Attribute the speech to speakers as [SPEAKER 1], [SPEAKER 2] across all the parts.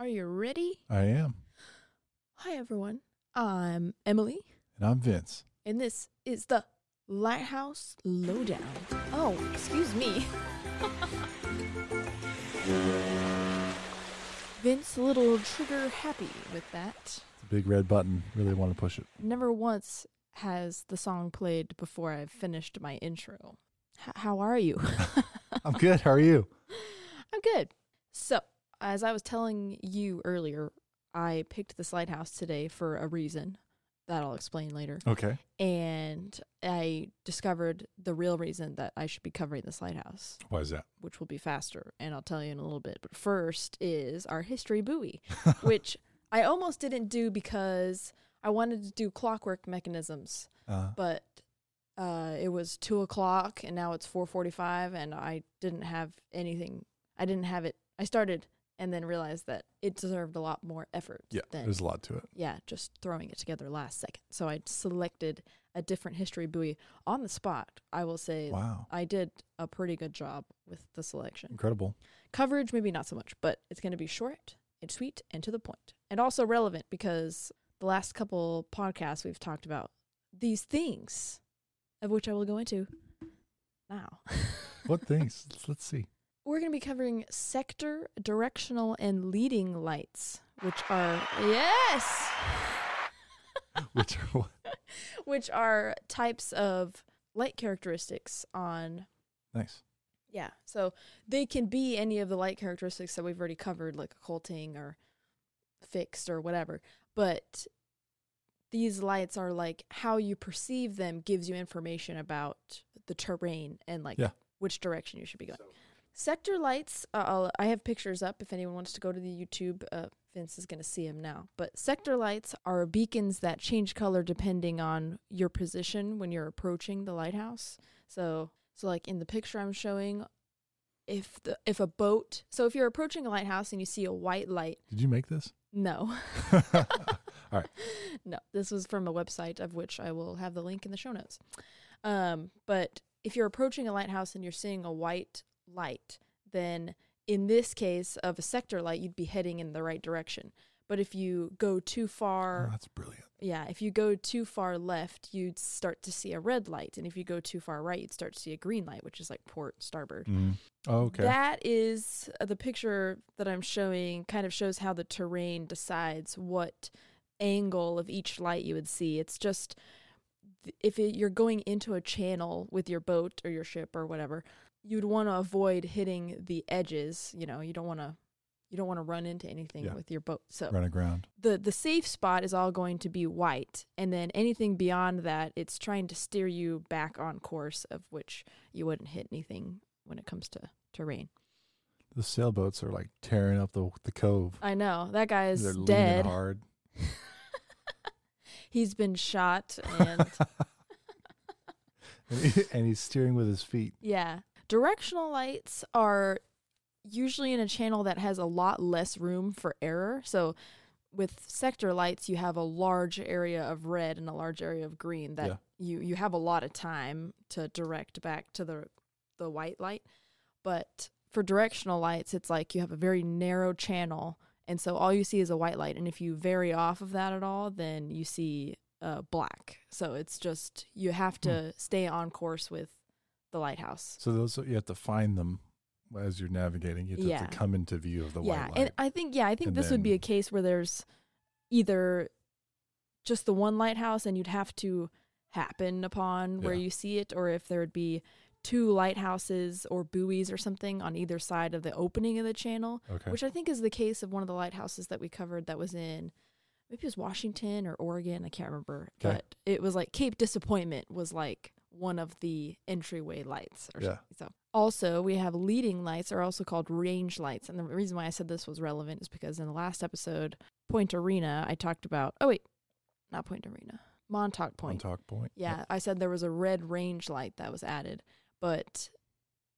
[SPEAKER 1] Are you ready?
[SPEAKER 2] I am.
[SPEAKER 1] Hi, everyone. I'm Emily,
[SPEAKER 2] And I'm Vince.
[SPEAKER 1] and this is the Lighthouse Lowdown. Oh, excuse me. Vince, a little trigger happy with that.
[SPEAKER 2] It's a big red button. Really want to push it.
[SPEAKER 1] Never once has the song played before I've finished my intro. H- how are you?
[SPEAKER 2] I'm good. How are you?
[SPEAKER 1] I'm good. So, as I was telling you earlier, I picked this lighthouse today for a reason that I'll explain later.
[SPEAKER 2] Okay.
[SPEAKER 1] And I discovered the real reason that I should be covering this lighthouse,
[SPEAKER 2] Why is that?
[SPEAKER 1] which will be faster. And I'll tell you in a little bit. But first is our history buoy, which I almost didn't do because I wanted to do clockwork mechanisms
[SPEAKER 2] Uh,
[SPEAKER 1] but uh, it was two o'clock and now it's four forty-five, and I didn't have anything. I didn't have it. I started and then realized that it deserved a lot more effort.
[SPEAKER 2] yeah,
[SPEAKER 1] than,
[SPEAKER 2] there's a lot to it.
[SPEAKER 1] yeah, just throwing it together last second. So I selected a different history buoy on the spot. I will say
[SPEAKER 2] Wow.
[SPEAKER 1] I did a pretty good job with the selection.
[SPEAKER 2] Incredible.
[SPEAKER 1] Coverage, maybe not so much, but it's going to be short and sweet and to the point, and also relevant because the last couple podcasts we've talked about these things, of which I will go into now.
[SPEAKER 2] What things? Let's- Let's see.
[SPEAKER 1] We're going to be covering sector, directional, and leading lights, which are, yes,
[SPEAKER 2] Which are what?
[SPEAKER 1] which are types of light characteristics on
[SPEAKER 2] Nice.
[SPEAKER 1] Yeah. So they can be any of the light characteristics that we've already covered, like occulting or fixed or whatever. But these lights are like how you perceive them gives you information about the terrain and like
[SPEAKER 2] Yeah.
[SPEAKER 1] which direction you should be going. Sector lights, uh, I'll, I have pictures up if anyone wants to go to the YouTube. Uh, Vince is going to see him now. But sector lights are beacons that change color depending on your position when you're approaching the lighthouse. So, so like in the picture I'm showing, if the if a boat, so if you're approaching a lighthouse and you see a white light,
[SPEAKER 2] Did you make this?
[SPEAKER 1] no,
[SPEAKER 2] All right.
[SPEAKER 1] no, this was from a website of which I will have the link in the show notes. Um, but if you're approaching a lighthouse and you're seeing a white light, then in this case of a sector light, you'd be heading in the right direction. But if you go too
[SPEAKER 2] Oh,
[SPEAKER 1] far,
[SPEAKER 2] that's brilliant.
[SPEAKER 1] yeah, if you go too far left, you'd start to see a red light, and if you go too far right, you'd start to see a green light, which is like port starboard.
[SPEAKER 2] Mm. Oh, okay.
[SPEAKER 1] That is uh, the picture that I'm showing, kind of shows how the terrain decides what angle of each light you would see. It's just th- if it, you're going into a channel with your boat or your ship or whatever, you'd want to avoid hitting the edges. You know, you don't want to. You don't want to run into anything
[SPEAKER 2] Yeah.
[SPEAKER 1] with your boat. So
[SPEAKER 2] Run aground.
[SPEAKER 1] the the safe spot is all going to be white and then anything beyond that it's trying to steer you back on course of which you wouldn't hit anything when it comes to terrain
[SPEAKER 2] The sailboats are like tearing up the the cove.
[SPEAKER 1] i know that guy is
[SPEAKER 2] They're leaning
[SPEAKER 1] dead
[SPEAKER 2] hard.
[SPEAKER 1] he's been shot and
[SPEAKER 2] And, he- and he's steering with his feet.
[SPEAKER 1] yeah directional lights are usually in a channel that has a lot less room for error so with sector lights you have a large area of red and a large area of green that
[SPEAKER 2] Yeah.
[SPEAKER 1] you you have a lot of time to direct back to the the white light but for directional lights it's like you have a very narrow channel and so all you see is a white light and if you vary off of that at all then you see uh, black so it's just you have to stay on course with the lighthouse
[SPEAKER 2] So those you have to find them as you're navigating. You have to,
[SPEAKER 1] Yeah.
[SPEAKER 2] come into view of the
[SPEAKER 1] yeah
[SPEAKER 2] white light.
[SPEAKER 1] and i think yeah i think
[SPEAKER 2] And
[SPEAKER 1] this would be a
[SPEAKER 2] then-
[SPEAKER 1] case where there's either just the one lighthouse and you'd have to happen upon where
[SPEAKER 2] Yeah.
[SPEAKER 1] you see it or if there would be two lighthouses or buoys or something on either side of the opening of the channel
[SPEAKER 2] okay.
[SPEAKER 1] which i think is the case of one of the lighthouses that we covered that was in maybe it was washington or oregon i can't remember
[SPEAKER 2] 'Kay.
[SPEAKER 1] but it was like cape disappointment was like one of the entryway lights or
[SPEAKER 2] Yeah.
[SPEAKER 1] so also we have leading lights are also called range lights. And the reason why I said this was relevant is because in the last episode, Point Arena, I talked about oh wait, not Point Arena. Montauk
[SPEAKER 2] One
[SPEAKER 1] Point.
[SPEAKER 2] talk point.
[SPEAKER 1] Yeah, I said there was a red range light that was added, but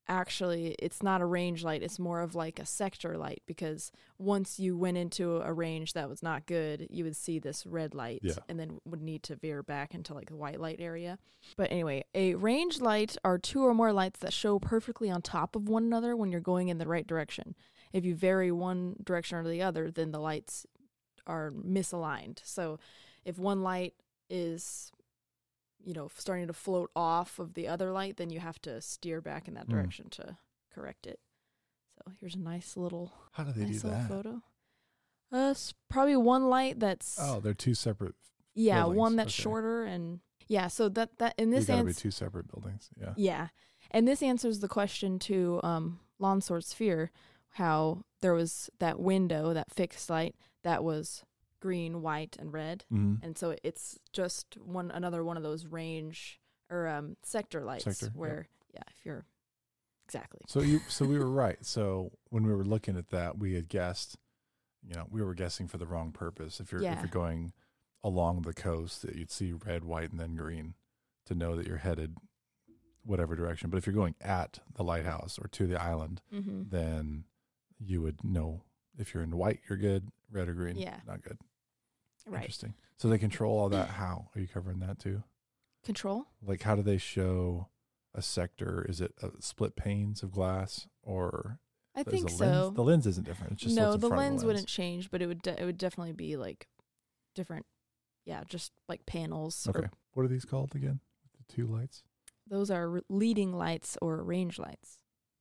[SPEAKER 1] actually it's not a range light, it's more of like a sector light because once you went into a range that was not good, you would see this red light
[SPEAKER 2] Yeah.
[SPEAKER 1] and then would need to veer back into like the white light area. But anyway, a range light are two or more lights that show perfectly on top of one another when you're going in the right direction. If you vary one direction or the other, then the lights are misaligned. So if one light is you know starting to float off of the other light, then you have to steer back in that
[SPEAKER 2] Hmm.
[SPEAKER 1] direction to correct it. So here's a nice little
[SPEAKER 2] How do they
[SPEAKER 1] nice
[SPEAKER 2] do
[SPEAKER 1] little
[SPEAKER 2] that?
[SPEAKER 1] photo. Uh, s- probably one light that's
[SPEAKER 2] Oh, they're two separate.
[SPEAKER 1] yeah,
[SPEAKER 2] buildings,
[SPEAKER 1] one that's
[SPEAKER 2] okay.
[SPEAKER 1] shorter and yeah. So that that in
[SPEAKER 2] They
[SPEAKER 1] this
[SPEAKER 2] got to be
[SPEAKER 1] answer
[SPEAKER 2] two separate buildings. Yeah.
[SPEAKER 1] yeah. And this answers the question to um, Lonsword's fear how there was that window, that fixed light that was green, white, and red.
[SPEAKER 2] hmm
[SPEAKER 1] And so it's just one another one of those range or um, sector lights
[SPEAKER 2] Sector, yep.
[SPEAKER 1] where, yeah, if you're exactly.
[SPEAKER 2] So you, so we were right. So when we were looking at that, we had guessed. You know, we were guessing for the wrong purpose. If you're if
[SPEAKER 1] Yeah.
[SPEAKER 2] you're going along the coast, that you'd see red, white, and then green to know that you're headed whatever direction. But if you're going at the lighthouse or to the island,
[SPEAKER 1] Mm-hmm.
[SPEAKER 2] then you would know if you're in white, you're good. Red or green,
[SPEAKER 1] Yeah.
[SPEAKER 2] not good.
[SPEAKER 1] Right.
[SPEAKER 2] Interesting. So they control all that. How are you covering that too?
[SPEAKER 1] Control?
[SPEAKER 2] like how do they show a sector is it uh split panes of glass or
[SPEAKER 1] I
[SPEAKER 2] is
[SPEAKER 1] think
[SPEAKER 2] the
[SPEAKER 1] so.
[SPEAKER 2] lens the lens isn't different it's just
[SPEAKER 1] no,
[SPEAKER 2] what's in
[SPEAKER 1] the
[SPEAKER 2] front of
[SPEAKER 1] lens wouldn't change, but it would de- it would definitely be like different. Yeah, just like panels or
[SPEAKER 2] okay what are these called again the two lights
[SPEAKER 1] those are re- leading lights or range lights.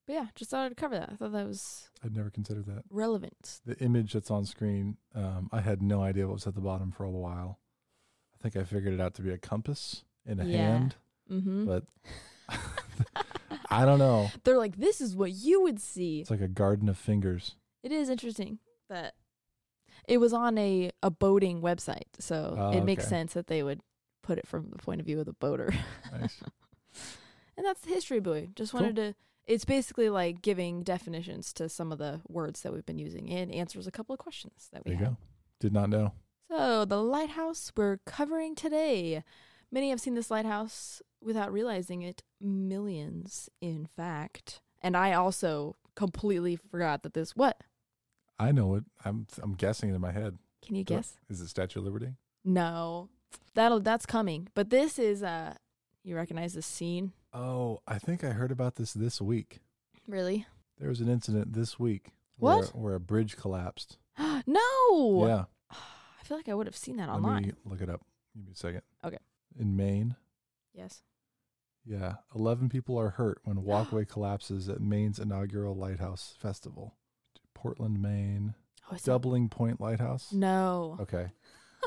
[SPEAKER 1] But yeah, just thought I'd cover that. I thought that was
[SPEAKER 2] i'd never considered that
[SPEAKER 1] relevant.
[SPEAKER 2] the image that's on screen um, i had no idea what was at the bottom for a while i think i figured it out to be a compass in a
[SPEAKER 1] Yeah.
[SPEAKER 2] hand
[SPEAKER 1] Mm-hmm.
[SPEAKER 2] but i don't know
[SPEAKER 1] They're like, this is what you would see.
[SPEAKER 2] it's like a garden of fingers
[SPEAKER 1] It is interesting that it was on a, a boating website, so
[SPEAKER 2] Oh,
[SPEAKER 1] it makes
[SPEAKER 2] okay.
[SPEAKER 1] sense that they would put it from the point of view of the boater.
[SPEAKER 2] nice
[SPEAKER 1] and that's the history buoy. Just
[SPEAKER 2] Cool.
[SPEAKER 1] wanted to. It's basically like giving definitions to some of the words that we've been using and answers a couple of questions that we
[SPEAKER 2] there you
[SPEAKER 1] had.
[SPEAKER 2] go did not know
[SPEAKER 1] So, the lighthouse we're covering today. Many have seen this lighthouse without realizing it, millions, in fact. And I also completely forgot that this what?
[SPEAKER 2] i know it i'm i'm guessing it in my head
[SPEAKER 1] Can you
[SPEAKER 2] Do I-
[SPEAKER 1] guess?
[SPEAKER 2] is it statue of liberty
[SPEAKER 1] No. That'll that's coming. But this is uh you recognize this scene?
[SPEAKER 2] Oh, I think I heard about this this week.
[SPEAKER 1] Really?
[SPEAKER 2] There was an incident this week.
[SPEAKER 1] What?
[SPEAKER 2] Where, where a bridge collapsed.
[SPEAKER 1] no.
[SPEAKER 2] Yeah.
[SPEAKER 1] I feel like I would have seen that
[SPEAKER 2] Let
[SPEAKER 1] online.
[SPEAKER 2] me look it up. Give me a second.
[SPEAKER 1] Okay.
[SPEAKER 2] In Maine.
[SPEAKER 1] yes.
[SPEAKER 2] Yeah. 11 people are hurt when walkway collapses at Maine's inaugural lighthouse festival. Portland, Maine.
[SPEAKER 1] Oh, it's not-
[SPEAKER 2] Doubling Point Lighthouse.
[SPEAKER 1] No.
[SPEAKER 2] Okay.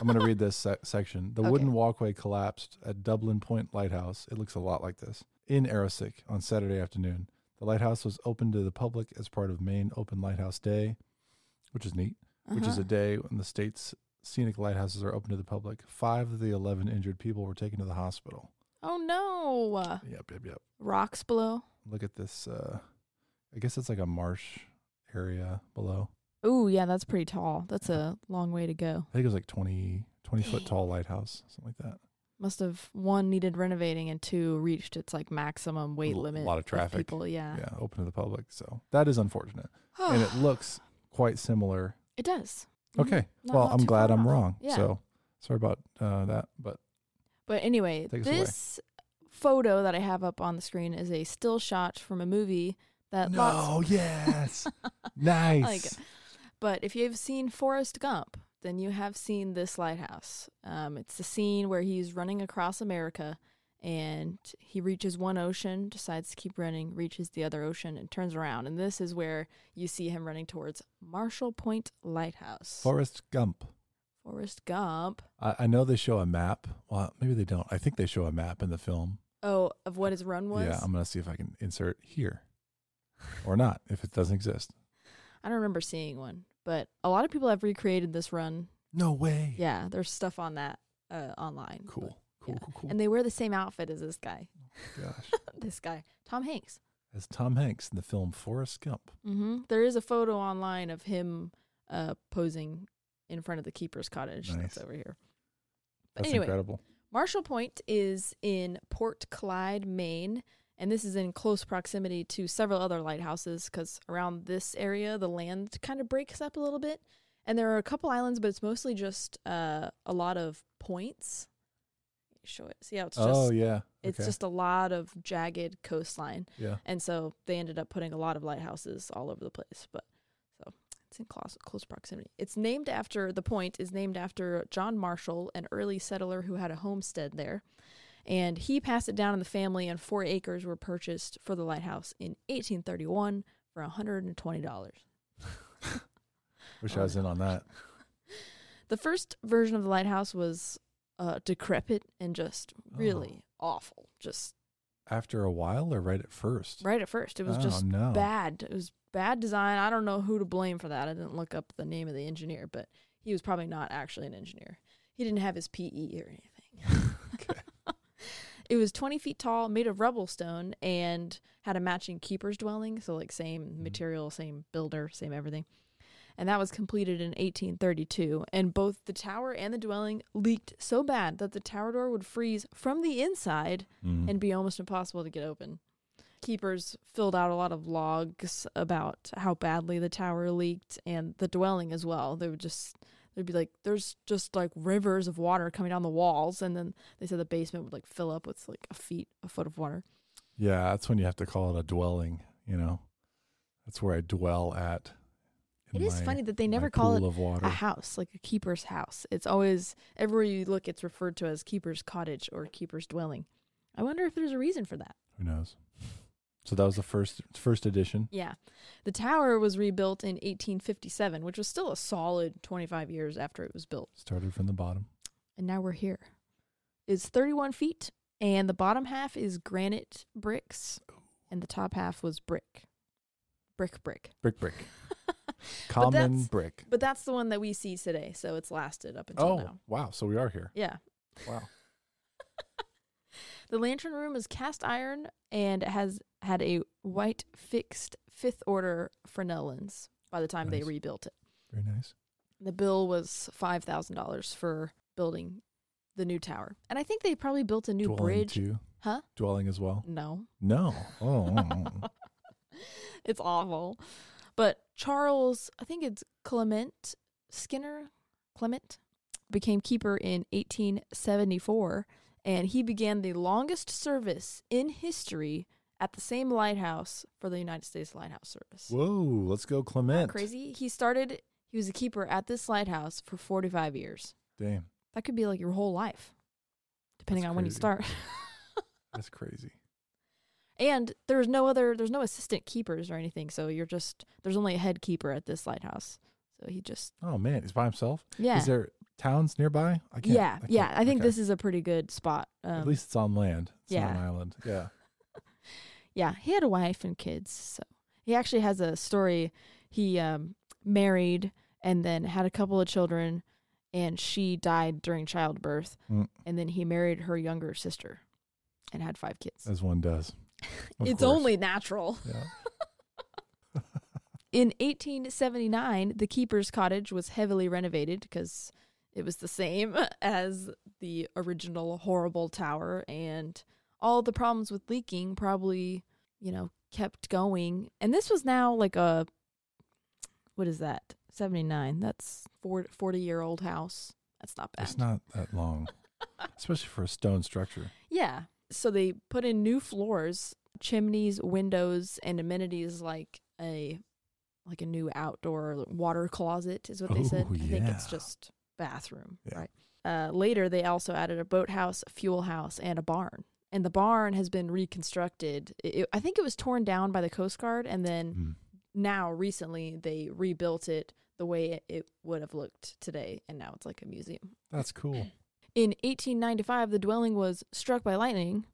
[SPEAKER 2] I'm going to read this sec- section. The
[SPEAKER 1] Okay.
[SPEAKER 2] wooden walkway collapsed at Dublin Point Lighthouse. It looks a lot like this. In Arisic on Saturday afternoon. The lighthouse was open to the public as part of Maine Open Lighthouse Day, which is neat, Uh, which is
[SPEAKER 1] Uh-huh.
[SPEAKER 2] a day when the state's scenic lighthouses are open to the public. Five of the 11 injured people were taken to the hospital.
[SPEAKER 1] Oh no.
[SPEAKER 2] Yep, yep, yep.
[SPEAKER 1] Rocks below.
[SPEAKER 2] Look at this. Uh, I guess it's like a marsh area below.
[SPEAKER 1] Ooh, yeah, that's pretty tall. That's a long way to go.
[SPEAKER 2] I think it was like 20, 20 foot
[SPEAKER 1] Dang.
[SPEAKER 2] tall lighthouse, something like that.
[SPEAKER 1] Must have one needed renovating and two reached its like maximum weight
[SPEAKER 2] L-
[SPEAKER 1] limit.
[SPEAKER 2] lot of traffic.
[SPEAKER 1] people, yeah.
[SPEAKER 2] yeah, open to the public. So that is unfortunate. and it looks quite similar.
[SPEAKER 1] It does. Mhm.
[SPEAKER 2] Okay.
[SPEAKER 1] Not-
[SPEAKER 2] well,
[SPEAKER 1] not
[SPEAKER 2] I'm
[SPEAKER 1] too
[SPEAKER 2] glad
[SPEAKER 1] far
[SPEAKER 2] I'm
[SPEAKER 1] off.
[SPEAKER 2] wrong.
[SPEAKER 1] Yeah.
[SPEAKER 2] So sorry about uh, that, but
[SPEAKER 1] But anyway,
[SPEAKER 2] Take us away.
[SPEAKER 1] this photo that I have up on the screen is a still shot from a movie that lots.
[SPEAKER 2] no, yes, nice.
[SPEAKER 1] Like- But if you've seen Forrest Gump, then you have seen this lighthouse. Um, it's the scene where he's running across America and he reaches one ocean, decides to keep running, reaches the other ocean, and turns around. And this is where you see him running towards Marshall Point Lighthouse.
[SPEAKER 2] Forrest Gump.
[SPEAKER 1] Forrest Gump.
[SPEAKER 2] I, I know they show a map. Well, maybe they don't. I think they show a map in the film.
[SPEAKER 1] Oh, of what his run was?
[SPEAKER 2] Yeah, I'm gonna see if I can insert here or not if it doesn't exist.
[SPEAKER 1] I don't remember seeing one, but a lot of people have recreated this run.
[SPEAKER 2] No way.
[SPEAKER 1] Yeah, there's stuff on that uh, online. but-
[SPEAKER 2] Cool. Cool.
[SPEAKER 1] yeah.
[SPEAKER 2] Cool. Cool.
[SPEAKER 1] And they wear the same outfit as this guy.
[SPEAKER 2] Gosh.
[SPEAKER 1] this guy, Tom Hanks.
[SPEAKER 2] As Tom Hanks in the film Forrest Gump.
[SPEAKER 1] Mm-hmm. There is a photo online of him uh, posing in front of the keeper's cottage that's
[SPEAKER 2] Nice.
[SPEAKER 1] over here. But
[SPEAKER 2] That's
[SPEAKER 1] anyway,
[SPEAKER 2] incredible.
[SPEAKER 1] Marshall Point is in Port Clyde, Maine, and this is in close proximity to several other lighthouses because around this area the land kind of breaks up a little bit. And there are a couple islands, but it's mostly just uh, a lot of points. Show it. See how it's just
[SPEAKER 2] oh yeah.
[SPEAKER 1] it's
[SPEAKER 2] okay.
[SPEAKER 1] just a lot of jagged coastline.
[SPEAKER 2] yeah.
[SPEAKER 1] And so they ended up putting a lot of lighthouses all over the place. But so It's in close, close proximity. It's named after the point is named after John Marshall, an early settler who had a homestead there, and he passed it down in the family. And four acres were purchased for the lighthouse in 1831 for 120 dollars.
[SPEAKER 2] Wish
[SPEAKER 1] Oh,
[SPEAKER 2] I was in on that.
[SPEAKER 1] The first version of the lighthouse was uh, decrepit and just
[SPEAKER 2] Oh.
[SPEAKER 1] really awful. Just
[SPEAKER 2] After a while or right at first?
[SPEAKER 1] right at first, it was
[SPEAKER 2] oh,
[SPEAKER 1] just
[SPEAKER 2] no.
[SPEAKER 1] bad. It was bad design. I don't know who to blame for that. I didn't look up the name of the engineer, but he was probably not actually an engineer. He didn't have his PE or anything.
[SPEAKER 2] Okay.
[SPEAKER 1] It was 20 feet tall, made of rubble stone, and had a matching keeper's dwelling. So, like, same material, same builder, same everything. And that was completed in 1832. And both the tower and the dwelling leaked so bad that the tower door would freeze from the inside
[SPEAKER 2] Mm.
[SPEAKER 1] and be almost impossible to get open. Keepers filled out a lot of logs about how badly the tower leaked and the dwelling as well. They would just they'd be like there's just like rivers of water coming down the walls and then they said the basement would like fill up with like a feet a foot of water.
[SPEAKER 2] yeah, that's when you have to call it a dwelling, you know? That's where I dwell at. in
[SPEAKER 1] It is
[SPEAKER 2] my-
[SPEAKER 1] funny that they
[SPEAKER 2] my
[SPEAKER 1] never call it
[SPEAKER 2] pool of water.
[SPEAKER 1] a house, like a keeper's house. It's always everywhere you look it's referred to as keeper's cottage or keeper's dwelling. I wonder if there's a reason for that.
[SPEAKER 2] Who knows? So that was the first first edition.
[SPEAKER 1] Yeah. The tower was rebuilt in 1857, which was still a solid 25 years after it was built.
[SPEAKER 2] Started from the bottom.
[SPEAKER 1] And now we're here. It's 31 feet, and the bottom half is granite bricks, and the top half was brick. Brick, brick.
[SPEAKER 2] Brick, brick. Common
[SPEAKER 1] that's-
[SPEAKER 2] brick.
[SPEAKER 1] But that's the one that we see today, so it's lasted up until
[SPEAKER 2] Oh,
[SPEAKER 1] now.
[SPEAKER 2] wow. So we are here.
[SPEAKER 1] Yeah.
[SPEAKER 2] Wow.
[SPEAKER 1] The lantern room is cast iron and it has had a white fixed fifth order Fresnel lens by the time they
[SPEAKER 2] Nice.
[SPEAKER 1] rebuilt it.
[SPEAKER 2] Very nice.
[SPEAKER 1] The bill was five thousand dollars for building the new tower, and I think they probably built a new
[SPEAKER 2] Dwelling
[SPEAKER 1] bridge.
[SPEAKER 2] too.
[SPEAKER 1] Huh?
[SPEAKER 2] Dwelling as well.
[SPEAKER 1] No,
[SPEAKER 2] No. Oh. mm.
[SPEAKER 1] it's awful. But Charles, I think it's Clement Skinner, Clement became keeper in 1874, and he began the longest service in history at the same lighthouse for the United States Lighthouse Service.
[SPEAKER 2] Whoa. Let's go, Clement.
[SPEAKER 1] Crazy. He started. He was a keeper at this lighthouse for 45 years.
[SPEAKER 2] Damn.
[SPEAKER 1] That could be like your whole life, depending
[SPEAKER 2] That's
[SPEAKER 1] on when you
[SPEAKER 2] crazy.
[SPEAKER 1] start.
[SPEAKER 2] That's crazy.
[SPEAKER 1] and there's no other, there's no assistant keepers or anything. So you're just, there's only a head keeper at this lighthouse. So he just,
[SPEAKER 2] Oh man, he's by himself.
[SPEAKER 1] yeah.
[SPEAKER 2] Is there towns nearby? I can't.
[SPEAKER 1] yeah.
[SPEAKER 2] can't-
[SPEAKER 1] yeah. I think
[SPEAKER 2] okay.
[SPEAKER 1] this is a pretty good spot.
[SPEAKER 2] At
[SPEAKER 1] Um,
[SPEAKER 2] least it's on land. It's not an
[SPEAKER 1] yeah.
[SPEAKER 2] island. Yeah.
[SPEAKER 1] yeah. He had a wife and kids. So he actually has a story. He um, married and then had a couple of children, and she died during childbirth.
[SPEAKER 2] Mm.
[SPEAKER 1] And then he married her younger sister and had five kids.
[SPEAKER 2] As one does. Of
[SPEAKER 1] It's
[SPEAKER 2] course.
[SPEAKER 1] only natural.
[SPEAKER 2] Yeah.
[SPEAKER 1] In 1879, the keeper's cottage was heavily renovated because it was the same as the original horrible tower, and all the problems with leaking probably, you know, kept going. And this was now like a what is that? 79. That's 40 year old house. That's not bad.
[SPEAKER 2] It's not that long, especially for a stone structure.
[SPEAKER 1] Yeah. So they put in new floors, chimneys, windows, and amenities like a like a new outdoor water closet is what they said.
[SPEAKER 2] Oh,
[SPEAKER 1] I think it's
[SPEAKER 2] yeah.
[SPEAKER 1] just bathroom,
[SPEAKER 2] Yeah.
[SPEAKER 1] right? Uh, later they also added a boathouse, fuel house, and a barn. And the barn has been reconstructed. It, it- I think it was torn down by the Coast Guard, and then
[SPEAKER 2] Mm.
[SPEAKER 1] now recently they rebuilt it the way it, it would have looked today, and now it's like a museum.
[SPEAKER 2] That's cool.
[SPEAKER 1] In 1895, the dwelling was struck by lightning,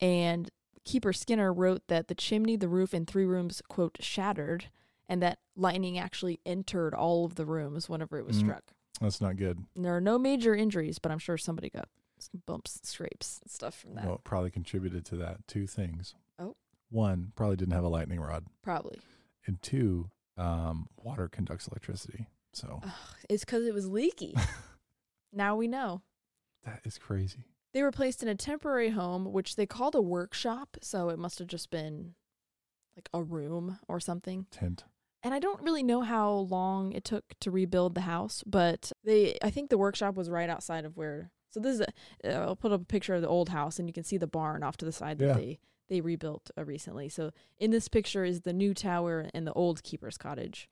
[SPEAKER 1] and Keeper Skinner wrote that the chimney, the roof, and three rooms, quote, shattered, and that lightning actually entered all of the rooms whenever it was
[SPEAKER 2] Mm.
[SPEAKER 1] struck.
[SPEAKER 2] That's not good.
[SPEAKER 1] And there are no major injuries, but I'm sure somebody got some bumps, scrapes, and stuff from that.
[SPEAKER 2] Well, it probably contributed to that. Two things.
[SPEAKER 1] Oh.
[SPEAKER 2] One, probably didn't have a lightning rod.
[SPEAKER 1] Probably.
[SPEAKER 2] And two, um, water conducts electricity. So
[SPEAKER 1] Uh. It's because it was leaky. now we know.
[SPEAKER 2] that is crazy.
[SPEAKER 1] They were placed in a temporary home, which they called a workshop, so it must have just been like a room or something.
[SPEAKER 2] Tent.
[SPEAKER 1] And I don't really know how long it took to rebuild the house, but they I think the workshop was right outside of where. So this is a, uh, I'll put up a picture of the old house and you can see the barn off to the side
[SPEAKER 2] Yeah.
[SPEAKER 1] that they they rebuilt uh, recently. So in this picture is the new tower and the old keeper's cottage.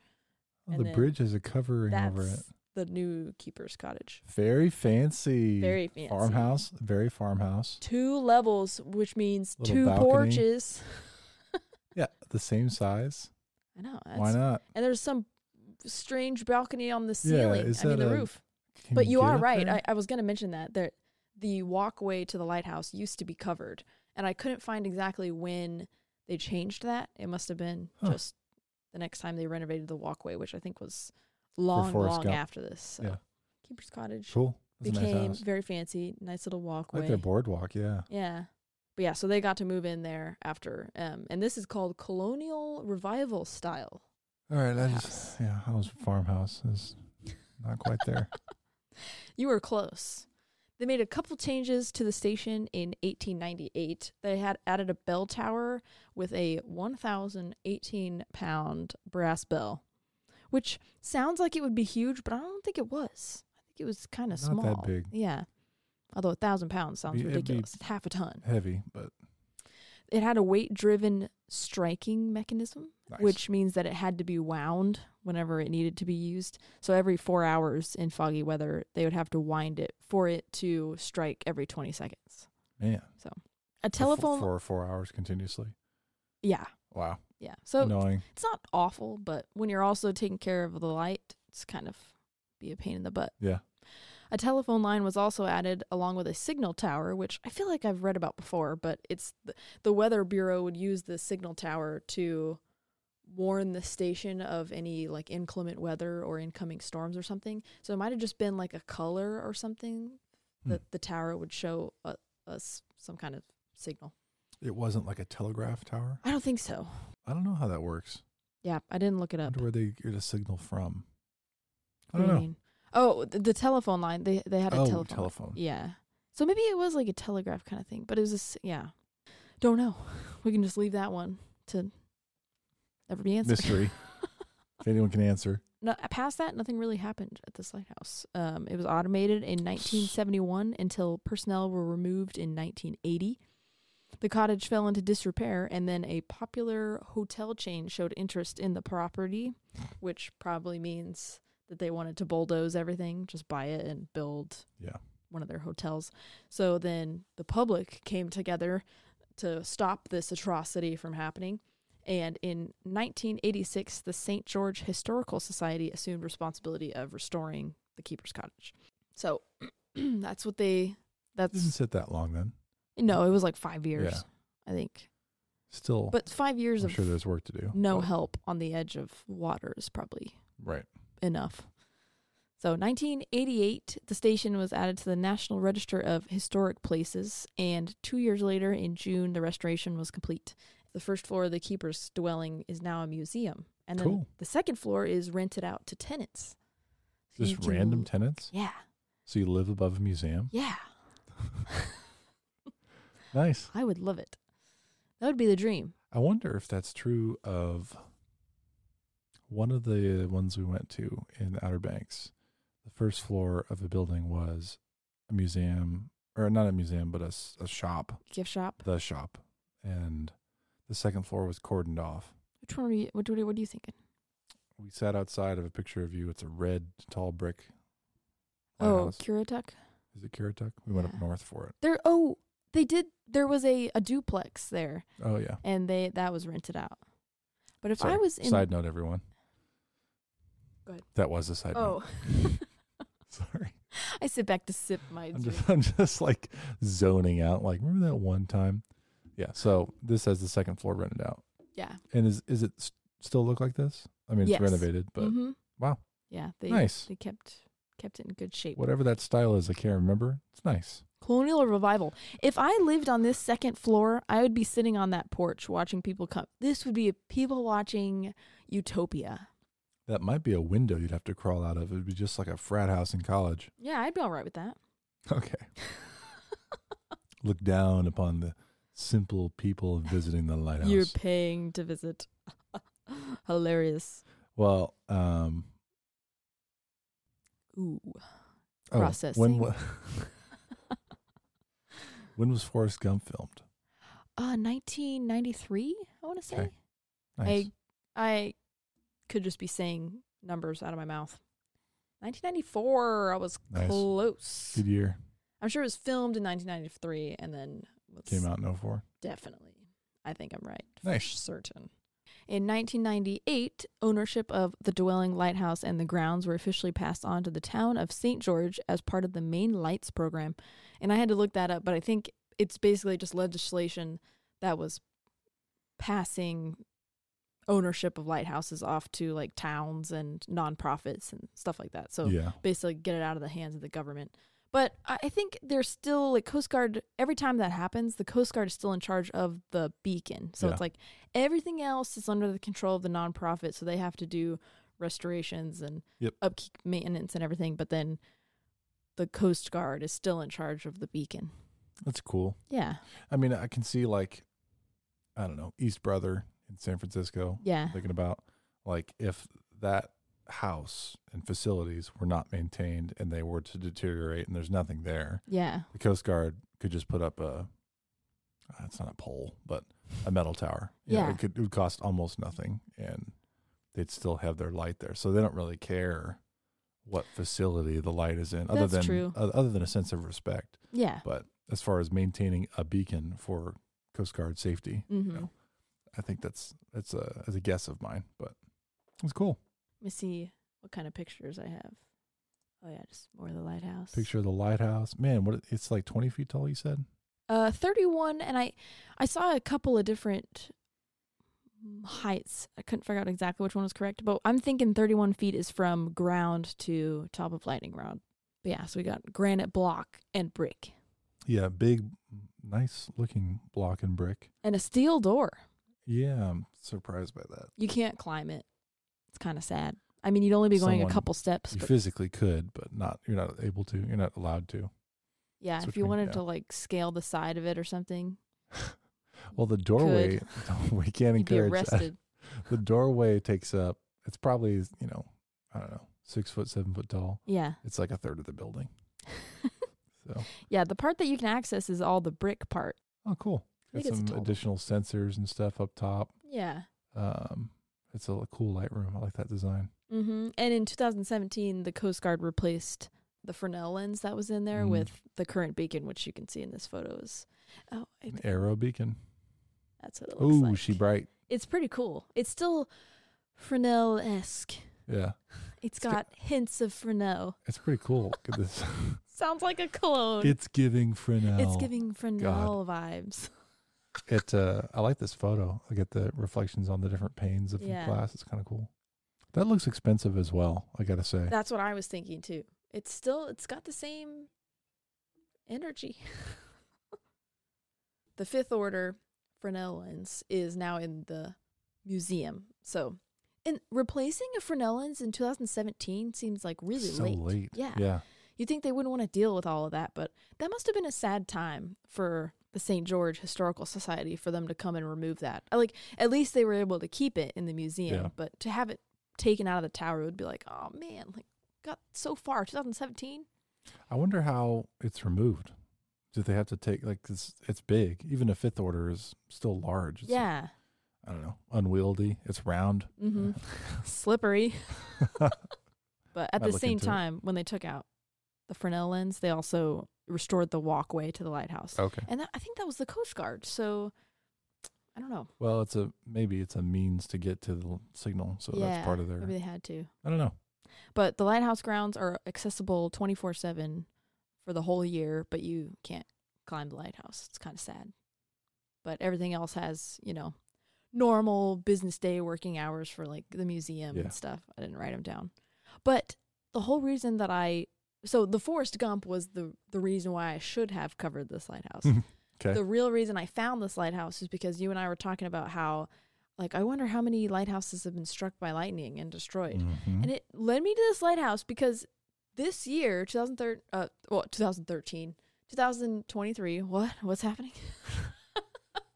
[SPEAKER 2] Oh,
[SPEAKER 1] and
[SPEAKER 2] the
[SPEAKER 1] then
[SPEAKER 2] bridge has a covering over it.
[SPEAKER 1] That's the new keeper's cottage.
[SPEAKER 2] Very fancy.
[SPEAKER 1] Very fancy.
[SPEAKER 2] Farmhouse. Very farmhouse.
[SPEAKER 1] Two levels, which means
[SPEAKER 2] Little
[SPEAKER 1] two
[SPEAKER 2] balcony.
[SPEAKER 1] porches.
[SPEAKER 2] Yeah, the same size.
[SPEAKER 1] I know.
[SPEAKER 2] Why
[SPEAKER 1] that's-
[SPEAKER 2] not?
[SPEAKER 1] And there's some strange balcony on the
[SPEAKER 2] Yeah,
[SPEAKER 1] ceiling.
[SPEAKER 2] is
[SPEAKER 1] I mean
[SPEAKER 2] that
[SPEAKER 1] the
[SPEAKER 2] a-
[SPEAKER 1] roof.
[SPEAKER 2] Can
[SPEAKER 1] But you
[SPEAKER 2] get
[SPEAKER 1] are
[SPEAKER 2] up
[SPEAKER 1] right.
[SPEAKER 2] there?
[SPEAKER 1] I, I was going to mention that there, the walkway to the lighthouse used to be covered, and I couldn't find exactly when they changed that. It must have been
[SPEAKER 2] Huh.
[SPEAKER 1] just the next time they renovated the walkway, which I think was long,
[SPEAKER 2] Forrest
[SPEAKER 1] long
[SPEAKER 2] Gump.
[SPEAKER 1] after this. So.
[SPEAKER 2] Yeah.
[SPEAKER 1] Keeper's Cottage
[SPEAKER 2] cool. That's a nice
[SPEAKER 1] became
[SPEAKER 2] house.
[SPEAKER 1] very fancy, nice little walkway.
[SPEAKER 2] Like their boardwalk. Yeah.
[SPEAKER 1] yeah. But yeah, so they got to move in there after, um, and this is called colonial revival style.
[SPEAKER 2] All right. I
[SPEAKER 1] House.
[SPEAKER 2] just yeah. I was farmhouse is not quite there.
[SPEAKER 1] You were close. They made a couple changes to the station in 1898. They had added a bell tower with a 1,018 pound brass bell, which sounds like it would be huge, but I don't think it was. I think it was kind of
[SPEAKER 2] Not
[SPEAKER 1] small.
[SPEAKER 2] that big.
[SPEAKER 1] Yeah. Although a thousand pounds sounds
[SPEAKER 2] Be- it'd be-
[SPEAKER 1] ridiculous. It's half a ton.
[SPEAKER 2] Heavy, but
[SPEAKER 1] It had a weight driven striking mechanism
[SPEAKER 2] nice.
[SPEAKER 1] which means that it had to be wound whenever it needed to be used. So every four hours in foggy weather, they would have to wind it for it to strike every 20 seconds.
[SPEAKER 2] man
[SPEAKER 1] A telephone,
[SPEAKER 2] for four hours continuously.
[SPEAKER 1] yeah,
[SPEAKER 2] Wow.
[SPEAKER 1] yeah. So
[SPEAKER 2] Annoying.
[SPEAKER 1] it's not awful, but when you're also taking care of the light, it's kind of be a pain in the butt.
[SPEAKER 2] Yeah.
[SPEAKER 1] A telephone line was also added along with a signal tower, which I feel like I've read about before, but it's the, the weather bureau would use the signal tower to warn the station of any like inclement weather or incoming storms or something. So it might have just been like a color or something
[SPEAKER 2] Hmm.
[SPEAKER 1] that the tower would show uh, us some kind of signal.
[SPEAKER 2] It wasn't like a telegraph tower.
[SPEAKER 1] I don't think so.
[SPEAKER 2] I don't know how that works.
[SPEAKER 1] Yeah, I didn't look it
[SPEAKER 2] I
[SPEAKER 1] up.
[SPEAKER 2] wonder where they get a signal from.
[SPEAKER 1] What
[SPEAKER 2] I
[SPEAKER 1] do
[SPEAKER 2] don't
[SPEAKER 1] you
[SPEAKER 2] know.
[SPEAKER 1] mean? Oh, the, the telephone line. They they had a
[SPEAKER 2] oh,
[SPEAKER 1] telephone. line.
[SPEAKER 2] telephone.
[SPEAKER 1] Yeah. So maybe it was like a telegraph kind of thing, but it was just yeah. Don't know. We can just leave that one to never be answered.
[SPEAKER 2] Mystery. if anyone can answer.
[SPEAKER 1] No, uh, past that, nothing really happened at this lighthouse. Um, it was automated in 1971 until personnel were removed in 1980. The cottage fell into disrepair, and then a popular hotel chain showed interest in the property, which probably means that they wanted to bulldoze everything, just buy it and build
[SPEAKER 2] Yeah.
[SPEAKER 1] one of their hotels. So then the public came together to stop this atrocity from happening. And in 1986, the St. George Historical Society assumed responsibility of restoring the keeper's cottage. So that's what they.
[SPEAKER 2] It didn't
[SPEAKER 1] That's
[SPEAKER 2] sit that long then.
[SPEAKER 1] no, it was like five years,
[SPEAKER 2] Yeah.
[SPEAKER 1] I think.
[SPEAKER 2] Still,
[SPEAKER 1] But five years
[SPEAKER 2] I'm
[SPEAKER 1] of
[SPEAKER 2] sure there's work to do.
[SPEAKER 1] no
[SPEAKER 2] but-
[SPEAKER 1] help on the edge of water is probably
[SPEAKER 2] Right.
[SPEAKER 1] enough. So, 1988, the station was added to the National Register of Historic Places, and two years later, in June, the restoration was complete. The first floor of the keeper's dwelling is now a museum, and then
[SPEAKER 2] Cool.
[SPEAKER 1] the second floor is rented out to tenants. So you
[SPEAKER 2] Just
[SPEAKER 1] can-
[SPEAKER 2] random tenants.
[SPEAKER 1] Yeah,
[SPEAKER 2] So you live above a museum.
[SPEAKER 1] yeah.
[SPEAKER 2] Nice.
[SPEAKER 1] I would love it. That would be the dream.
[SPEAKER 2] I wonder if that's true of one of the ones we went to in Outer Banks. The first floor of the building was a museum, or not a museum, but a, s- a shop,
[SPEAKER 1] Gift shop.
[SPEAKER 2] the shop. And the second floor was cordoned off.
[SPEAKER 1] Which one are you? What, what, what are you thinking?
[SPEAKER 2] We sat outside of a picture of you. It's a red, tall brick.
[SPEAKER 1] Oh,
[SPEAKER 2] lighthouse.
[SPEAKER 1] Currituck.
[SPEAKER 2] Is it Currituck? We went
[SPEAKER 1] Yeah.
[SPEAKER 2] up north for it.
[SPEAKER 1] There. Oh, they did. There was a a duplex there.
[SPEAKER 2] Oh, yeah.
[SPEAKER 1] and they that was rented out. But if I
[SPEAKER 2] Sorry.
[SPEAKER 1] was in
[SPEAKER 2] Side note, everyone.
[SPEAKER 1] Go ahead.
[SPEAKER 2] That was a side note.
[SPEAKER 1] oh,
[SPEAKER 2] Sorry.
[SPEAKER 1] I sit back to sip my
[SPEAKER 2] I'm
[SPEAKER 1] drink.
[SPEAKER 2] just, I'm just like zoning out. Like, remember that one time? Yeah. So this has the second floor rented out,
[SPEAKER 1] yeah,
[SPEAKER 2] and is is it s- still look like this? I mean,
[SPEAKER 1] Yes.
[SPEAKER 2] it's renovated, but
[SPEAKER 1] hmm
[SPEAKER 2] wow.
[SPEAKER 1] yeah, they
[SPEAKER 2] Nice.
[SPEAKER 1] they kept kept it in good shape.
[SPEAKER 2] whatever that style is, I can't remember. It's nice.
[SPEAKER 1] Colonial revival. If I lived on this second floor, I would be sitting on that porch watching people come. This would be a people watching utopia.
[SPEAKER 2] That might be a window you'd have to crawl out of. It'd be just like a frat house in college.
[SPEAKER 1] Yeah, I'd be all right with that.
[SPEAKER 2] Okay. Look down upon the simple people visiting the lighthouse.
[SPEAKER 1] You're paying to visit. Hilarious.
[SPEAKER 2] well, um,
[SPEAKER 1] Ooh.
[SPEAKER 2] oh,
[SPEAKER 1] Processing.
[SPEAKER 2] When, wa- when was Forrest Gump filmed?
[SPEAKER 1] Uh, 1993, I want to say.
[SPEAKER 2] Okay. Nice.
[SPEAKER 1] I I could just be saying numbers out of my mouth. 1994, I was
[SPEAKER 2] Nice.
[SPEAKER 1] close.
[SPEAKER 2] Good year.
[SPEAKER 1] I'm sure it was filmed in 1993 and then was
[SPEAKER 2] Came out in 04.
[SPEAKER 1] Definitely. I think I'm right.
[SPEAKER 2] Nice.
[SPEAKER 1] For certain. In 1998, ownership of the Dwelling Lighthouse and the grounds were officially passed on to the town of St. George as part of the Maine Lights program. And I had to look that up, but I think it's basically just legislation that was passing ownership of lighthouses off to like towns and nonprofits and stuff like that. So
[SPEAKER 2] yeah.
[SPEAKER 1] basically get it out of the hands of the government. But I I think there's still like Coast Guard. Every time that happens, the Coast Guard is still in charge of the beacon. So
[SPEAKER 2] Yeah.
[SPEAKER 1] it's like everything else is under the control of the nonprofit. So they have to do restorations and
[SPEAKER 2] Yep.
[SPEAKER 1] upkeep, maintenance, and everything. But then the Coast Guard is still in charge of the beacon.
[SPEAKER 2] That's cool.
[SPEAKER 1] Yeah,
[SPEAKER 2] I mean, I can see like, I don't know, East Brother in San Francisco.
[SPEAKER 1] yeah,
[SPEAKER 2] Thinking about like if that house and facilities were not maintained and they were to deteriorate and there's nothing there,
[SPEAKER 1] yeah,
[SPEAKER 2] the Coast Guard could just put up a, uh, it's not a pole, but a metal tower. You know,
[SPEAKER 1] Yeah.
[SPEAKER 2] it could it would cost almost nothing and they'd still have their light there. So they don't really care what facility the light is in other
[SPEAKER 1] That's
[SPEAKER 2] than
[SPEAKER 1] true.
[SPEAKER 2] o- other than a sense of respect
[SPEAKER 1] yeah.
[SPEAKER 2] but as far as maintaining a beacon for Coast Guard safety,
[SPEAKER 1] Mm-hmm.
[SPEAKER 2] know. I think that's that's a as a guess of mine, but it's cool.
[SPEAKER 1] Let me see what kind of pictures I have. Oh yeah, just more of the lighthouse.
[SPEAKER 2] Picture of the lighthouse, man. What it's like twenty feet tall. You said
[SPEAKER 1] Uh, 31, and I, I saw a couple of different mm, heights. I couldn't figure out exactly which one was correct, but I'm thinking 31 feet is from ground to top of lightning rod. But yeah, so we got granite block and brick
[SPEAKER 2] yeah, big, nice looking block and brick.
[SPEAKER 1] and a steel door.
[SPEAKER 2] Yeah, I'm surprised by that.
[SPEAKER 1] You can't climb it. It's kind of sad. I mean, you'd only be going
[SPEAKER 2] Someone-
[SPEAKER 1] a couple steps.
[SPEAKER 2] You
[SPEAKER 1] But
[SPEAKER 2] physically could, but not. You're not able to. You're not allowed to.
[SPEAKER 1] yeah, if
[SPEAKER 2] switch
[SPEAKER 1] you
[SPEAKER 2] me-
[SPEAKER 1] wanted
[SPEAKER 2] yeah.
[SPEAKER 1] to like scale the side of it or something,
[SPEAKER 2] Well, the doorway we can't
[SPEAKER 1] you'd be
[SPEAKER 2] encourage. That.
[SPEAKER 1] arrested.
[SPEAKER 2] The doorway takes up. It's probably you know I don't know six foot seven foot tall.
[SPEAKER 1] Yeah.
[SPEAKER 2] It's like a third of the building. So
[SPEAKER 1] Yeah, the part that you can access is all the brick part.
[SPEAKER 2] oh cool.
[SPEAKER 1] I
[SPEAKER 2] Got
[SPEAKER 1] think it's
[SPEAKER 2] some
[SPEAKER 1] total.
[SPEAKER 2] additional sensors and stuff up top.
[SPEAKER 1] Yeah.
[SPEAKER 2] Um, it's a cool light room. I like that design.
[SPEAKER 1] Mm-hmm. And in 2017, the Coast Guard replaced the Fresnel lens that was in there
[SPEAKER 2] Mm.
[SPEAKER 1] with the current beacon, which you can see in this photo. Is oh, I
[SPEAKER 2] An
[SPEAKER 1] think
[SPEAKER 2] arrow beacon.
[SPEAKER 1] that's what it looks
[SPEAKER 2] Ooh,
[SPEAKER 1] like.
[SPEAKER 2] she bright.
[SPEAKER 1] It's pretty cool. It's still Fresnel esque.
[SPEAKER 2] Yeah,
[SPEAKER 1] It's
[SPEAKER 2] got-
[SPEAKER 1] got hints of Fresnel.
[SPEAKER 2] it's pretty cool. Look at this.
[SPEAKER 1] Sounds like a cologne. It's,
[SPEAKER 2] it's giving Fresnel.
[SPEAKER 1] giving Fresnel vibes.
[SPEAKER 2] It. Uh, I like this photo. Look at the reflections on the different panes of
[SPEAKER 1] Yeah.
[SPEAKER 2] the glass. It's kind of cool. That looks expensive as well. I gotta say.
[SPEAKER 1] That's what I was thinking too. It's still it's got the same energy. the fifth order Fresnel lens is now in the museum. So and replacing a Fresnel lens in 2017 seems like really
[SPEAKER 2] so
[SPEAKER 1] late.
[SPEAKER 2] late.
[SPEAKER 1] Yeah.
[SPEAKER 2] Yeah.
[SPEAKER 1] You'd think they wouldn't want to deal with all of that, but that must have been a sad time for the St. George Historical Society for them to come and remove that. Uh, Like, at least they were able to keep it in the museum,
[SPEAKER 2] Yeah.
[SPEAKER 1] but to have it taken out of the tower would be like, oh man, like, got so far, 2017?
[SPEAKER 2] I wonder how it's removed. Do they have to take like 'cause it's big? Even a fifth order is still large. It's,
[SPEAKER 1] yeah.
[SPEAKER 2] I don't know. Unwieldy. It's round.
[SPEAKER 1] hmm Slippery. But at
[SPEAKER 2] Might
[SPEAKER 1] the
[SPEAKER 2] look
[SPEAKER 1] same
[SPEAKER 2] into it.
[SPEAKER 1] time, when they took out the Fresnel lens, they also restored the walkway to the lighthouse.
[SPEAKER 2] okay.
[SPEAKER 1] And that, I think that was the Coast Guard. So, I don't know.
[SPEAKER 2] Well, it's a maybe it's a means to get to the l- signal, so that's part of their.
[SPEAKER 1] Maybe they had to.
[SPEAKER 2] I don't know.
[SPEAKER 1] But the lighthouse grounds are accessible 24 7 for the whole year, but you can't climb the lighthouse. It's kind of sad. But everything else has, you know, normal business day working hours for like the museum
[SPEAKER 2] Yeah.
[SPEAKER 1] and stuff. I didn't write them down. But the whole reason that I. So the Forrest Gump was the the reason why I should have covered this lighthouse.
[SPEAKER 2] Okay.
[SPEAKER 1] The real reason I found this lighthouse is because you and I were talking about how like I wonder how many lighthouses have been struck by lightning and destroyed.
[SPEAKER 2] Mhm.
[SPEAKER 1] And it led me to this lighthouse because this year, 2013, uh, well, 2013, 2023, what? What's happening?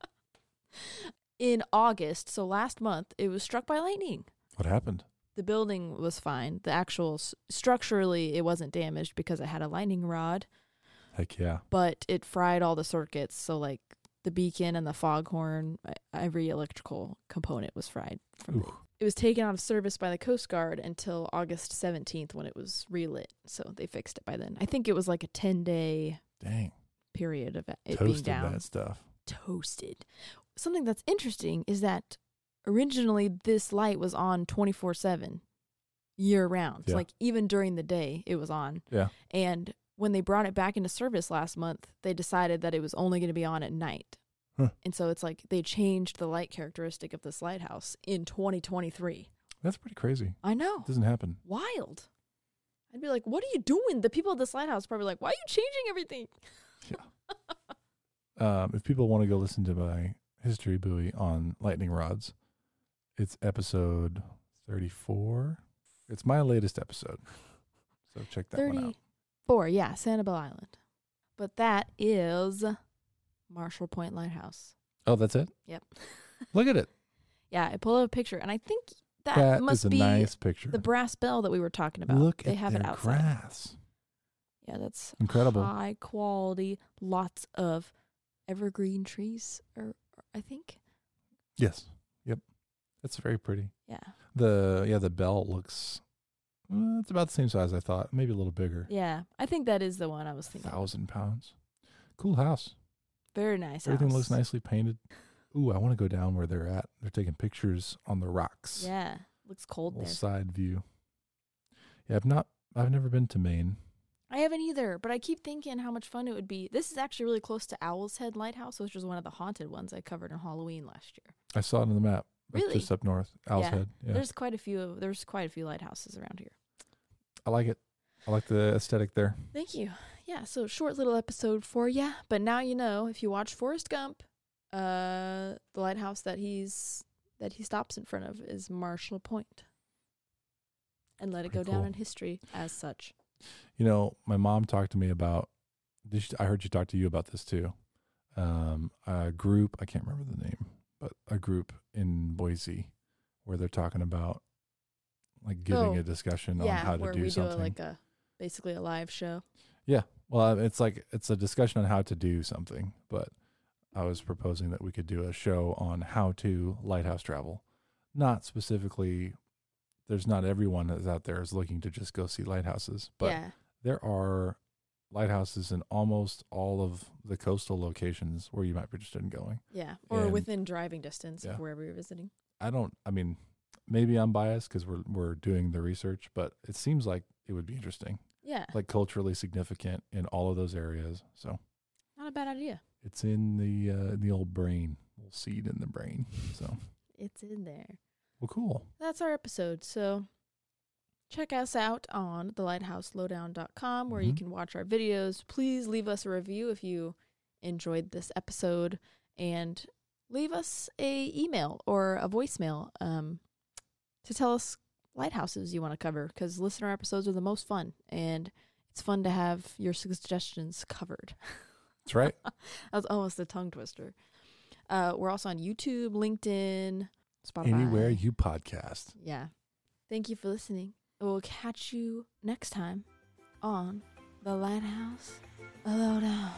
[SPEAKER 1] In August, so last month, it was struck by lightning.
[SPEAKER 2] What happened?
[SPEAKER 1] The building was fine. The actual s- structurally, it wasn't damaged because it had a lightning rod,
[SPEAKER 2] Heck yeah.
[SPEAKER 1] but it fried all the circuits. So, like the beacon and the foghorn, e- every electrical component was fried from the
[SPEAKER 2] Ooh.
[SPEAKER 1] It was taken out of service by the Coast Guard until August 17th when it was relit. So they fixed it by then. I think it was like a 10 day
[SPEAKER 2] Dang.
[SPEAKER 1] period of it it being
[SPEAKER 2] toasted
[SPEAKER 1] down.
[SPEAKER 2] that stuff.
[SPEAKER 1] Toasted. Something that's interesting is that originally this light was on 24 7 year round.
[SPEAKER 2] Yeah.
[SPEAKER 1] Like even during the day, it was on.
[SPEAKER 2] Yeah.
[SPEAKER 1] And when they brought it back into service last month, they decided that it was only going to be on at night.
[SPEAKER 2] Huh.
[SPEAKER 1] And so it's like they changed the light characteristic of this lighthouse in 2023.
[SPEAKER 2] That's pretty crazy.
[SPEAKER 1] I know.
[SPEAKER 2] doesn't happen.
[SPEAKER 1] Wild. I'd be like, what are you doing? The people at this lighthouse are probably like, why are you changing everything?
[SPEAKER 2] Um, if people want to go listen to my history buoy on lightning rods, it's episode 34. It's my latest episode. So check that one out.
[SPEAKER 1] 34, yeah, Sanibel Island. But that is Marshall Point Lighthouse.
[SPEAKER 2] Oh, that's it?
[SPEAKER 1] Yep.
[SPEAKER 2] Look at it.
[SPEAKER 1] Yeah, I pulled up a picture, and I think that,
[SPEAKER 2] That
[SPEAKER 1] must
[SPEAKER 2] is a
[SPEAKER 1] be
[SPEAKER 2] nice picture.
[SPEAKER 1] the brass bell that we were talking about.
[SPEAKER 2] Look
[SPEAKER 1] they
[SPEAKER 2] at
[SPEAKER 1] have
[SPEAKER 2] their
[SPEAKER 1] it outside.
[SPEAKER 2] grass.
[SPEAKER 1] Yeah, that's
[SPEAKER 2] Incredible.
[SPEAKER 1] High quality, lots of evergreen trees, or or I think.
[SPEAKER 2] Yes. Yep. That's very pretty.
[SPEAKER 1] Yeah,
[SPEAKER 2] The yeah, the bell looks uh, it's about the same size I thought, maybe a little bigger.
[SPEAKER 1] yeah, I think that is the one I was thinking.
[SPEAKER 2] Thousand pounds. Cool house.
[SPEAKER 1] Very nice.
[SPEAKER 2] Everything looks
[SPEAKER 1] house.
[SPEAKER 2] nicely painted. Ooh, I want to go down where they're at. They're taking pictures on the rocks.
[SPEAKER 1] Yeah, looks cold
[SPEAKER 2] Little
[SPEAKER 1] there.
[SPEAKER 2] side view. Yeah, I've not. I've never been to Maine.
[SPEAKER 1] I haven't either, but I keep thinking how much fun it would be. This is actually really close to Owl's Head Lighthouse, which is one of the haunted ones I covered in Halloween last year.
[SPEAKER 2] I saw it on the map. like,
[SPEAKER 1] Really?
[SPEAKER 2] Just up north, Owl's
[SPEAKER 1] Yeah.
[SPEAKER 2] Head. Yeah,
[SPEAKER 1] There's quite a few. Of, there's quite a few lighthouses around here.
[SPEAKER 2] I like it. I like the aesthetic there.
[SPEAKER 1] Thank you. Yeah, so short little episode for ya. But now you know if you watch Forrest Gump, uh, the lighthouse that he's that he stops in front of is Marshall Point, and let it
[SPEAKER 2] Pretty
[SPEAKER 1] go down
[SPEAKER 2] cool.
[SPEAKER 1] in history as such.
[SPEAKER 2] You know, my mom talked to me about. Did she, I heard you talk to you about this too. Um, a group. I can't remember the name, but a group in Boise where they're talking about like giving
[SPEAKER 1] Oh,
[SPEAKER 2] a discussion
[SPEAKER 1] yeah,
[SPEAKER 2] on how to
[SPEAKER 1] where
[SPEAKER 2] do
[SPEAKER 1] we
[SPEAKER 2] something.
[SPEAKER 1] do a, like a basically a live show.
[SPEAKER 2] Well, it's like it's a discussion on how to do something, but I was proposing that we could do a show on how to lighthouse travel. Not specifically, there's not everyone that's out there is looking to just go see lighthouses, but
[SPEAKER 1] yeah,
[SPEAKER 2] there are lighthouses in almost all of the coastal locations where you might be interested in going.
[SPEAKER 1] yeah, or
[SPEAKER 2] and-
[SPEAKER 1] within driving distance
[SPEAKER 2] yeah.
[SPEAKER 1] of wherever you're visiting.
[SPEAKER 2] I don't, I mean, maybe I'm biased because we're we're doing the research, but it seems like it would be interesting,
[SPEAKER 1] Yeah,
[SPEAKER 2] like culturally significant in all of those areas. So.
[SPEAKER 1] not a bad idea.
[SPEAKER 2] It's in the uh, in the old brain, little seed in the brain. So
[SPEAKER 1] It's in there.
[SPEAKER 2] well, cool.
[SPEAKER 1] That's our episode. So check us out on thelighthouselowdown.com where you
[SPEAKER 2] Mhm.
[SPEAKER 1] can watch our videos. Please leave us a review if you enjoyed this episode and leave us a email or a voicemail um, to tell us lighthouses you want to cover because listener episodes are the most fun and it's fun to have your suggestions covered.
[SPEAKER 2] That's right.
[SPEAKER 1] That was almost a tongue twister. Uh, we're also on YouTube, LinkedIn, Spotify.
[SPEAKER 2] Anywhere you podcast.
[SPEAKER 1] Yeah. Thank you for listening. We'll catch you next time on The Lighthouse Lowdown.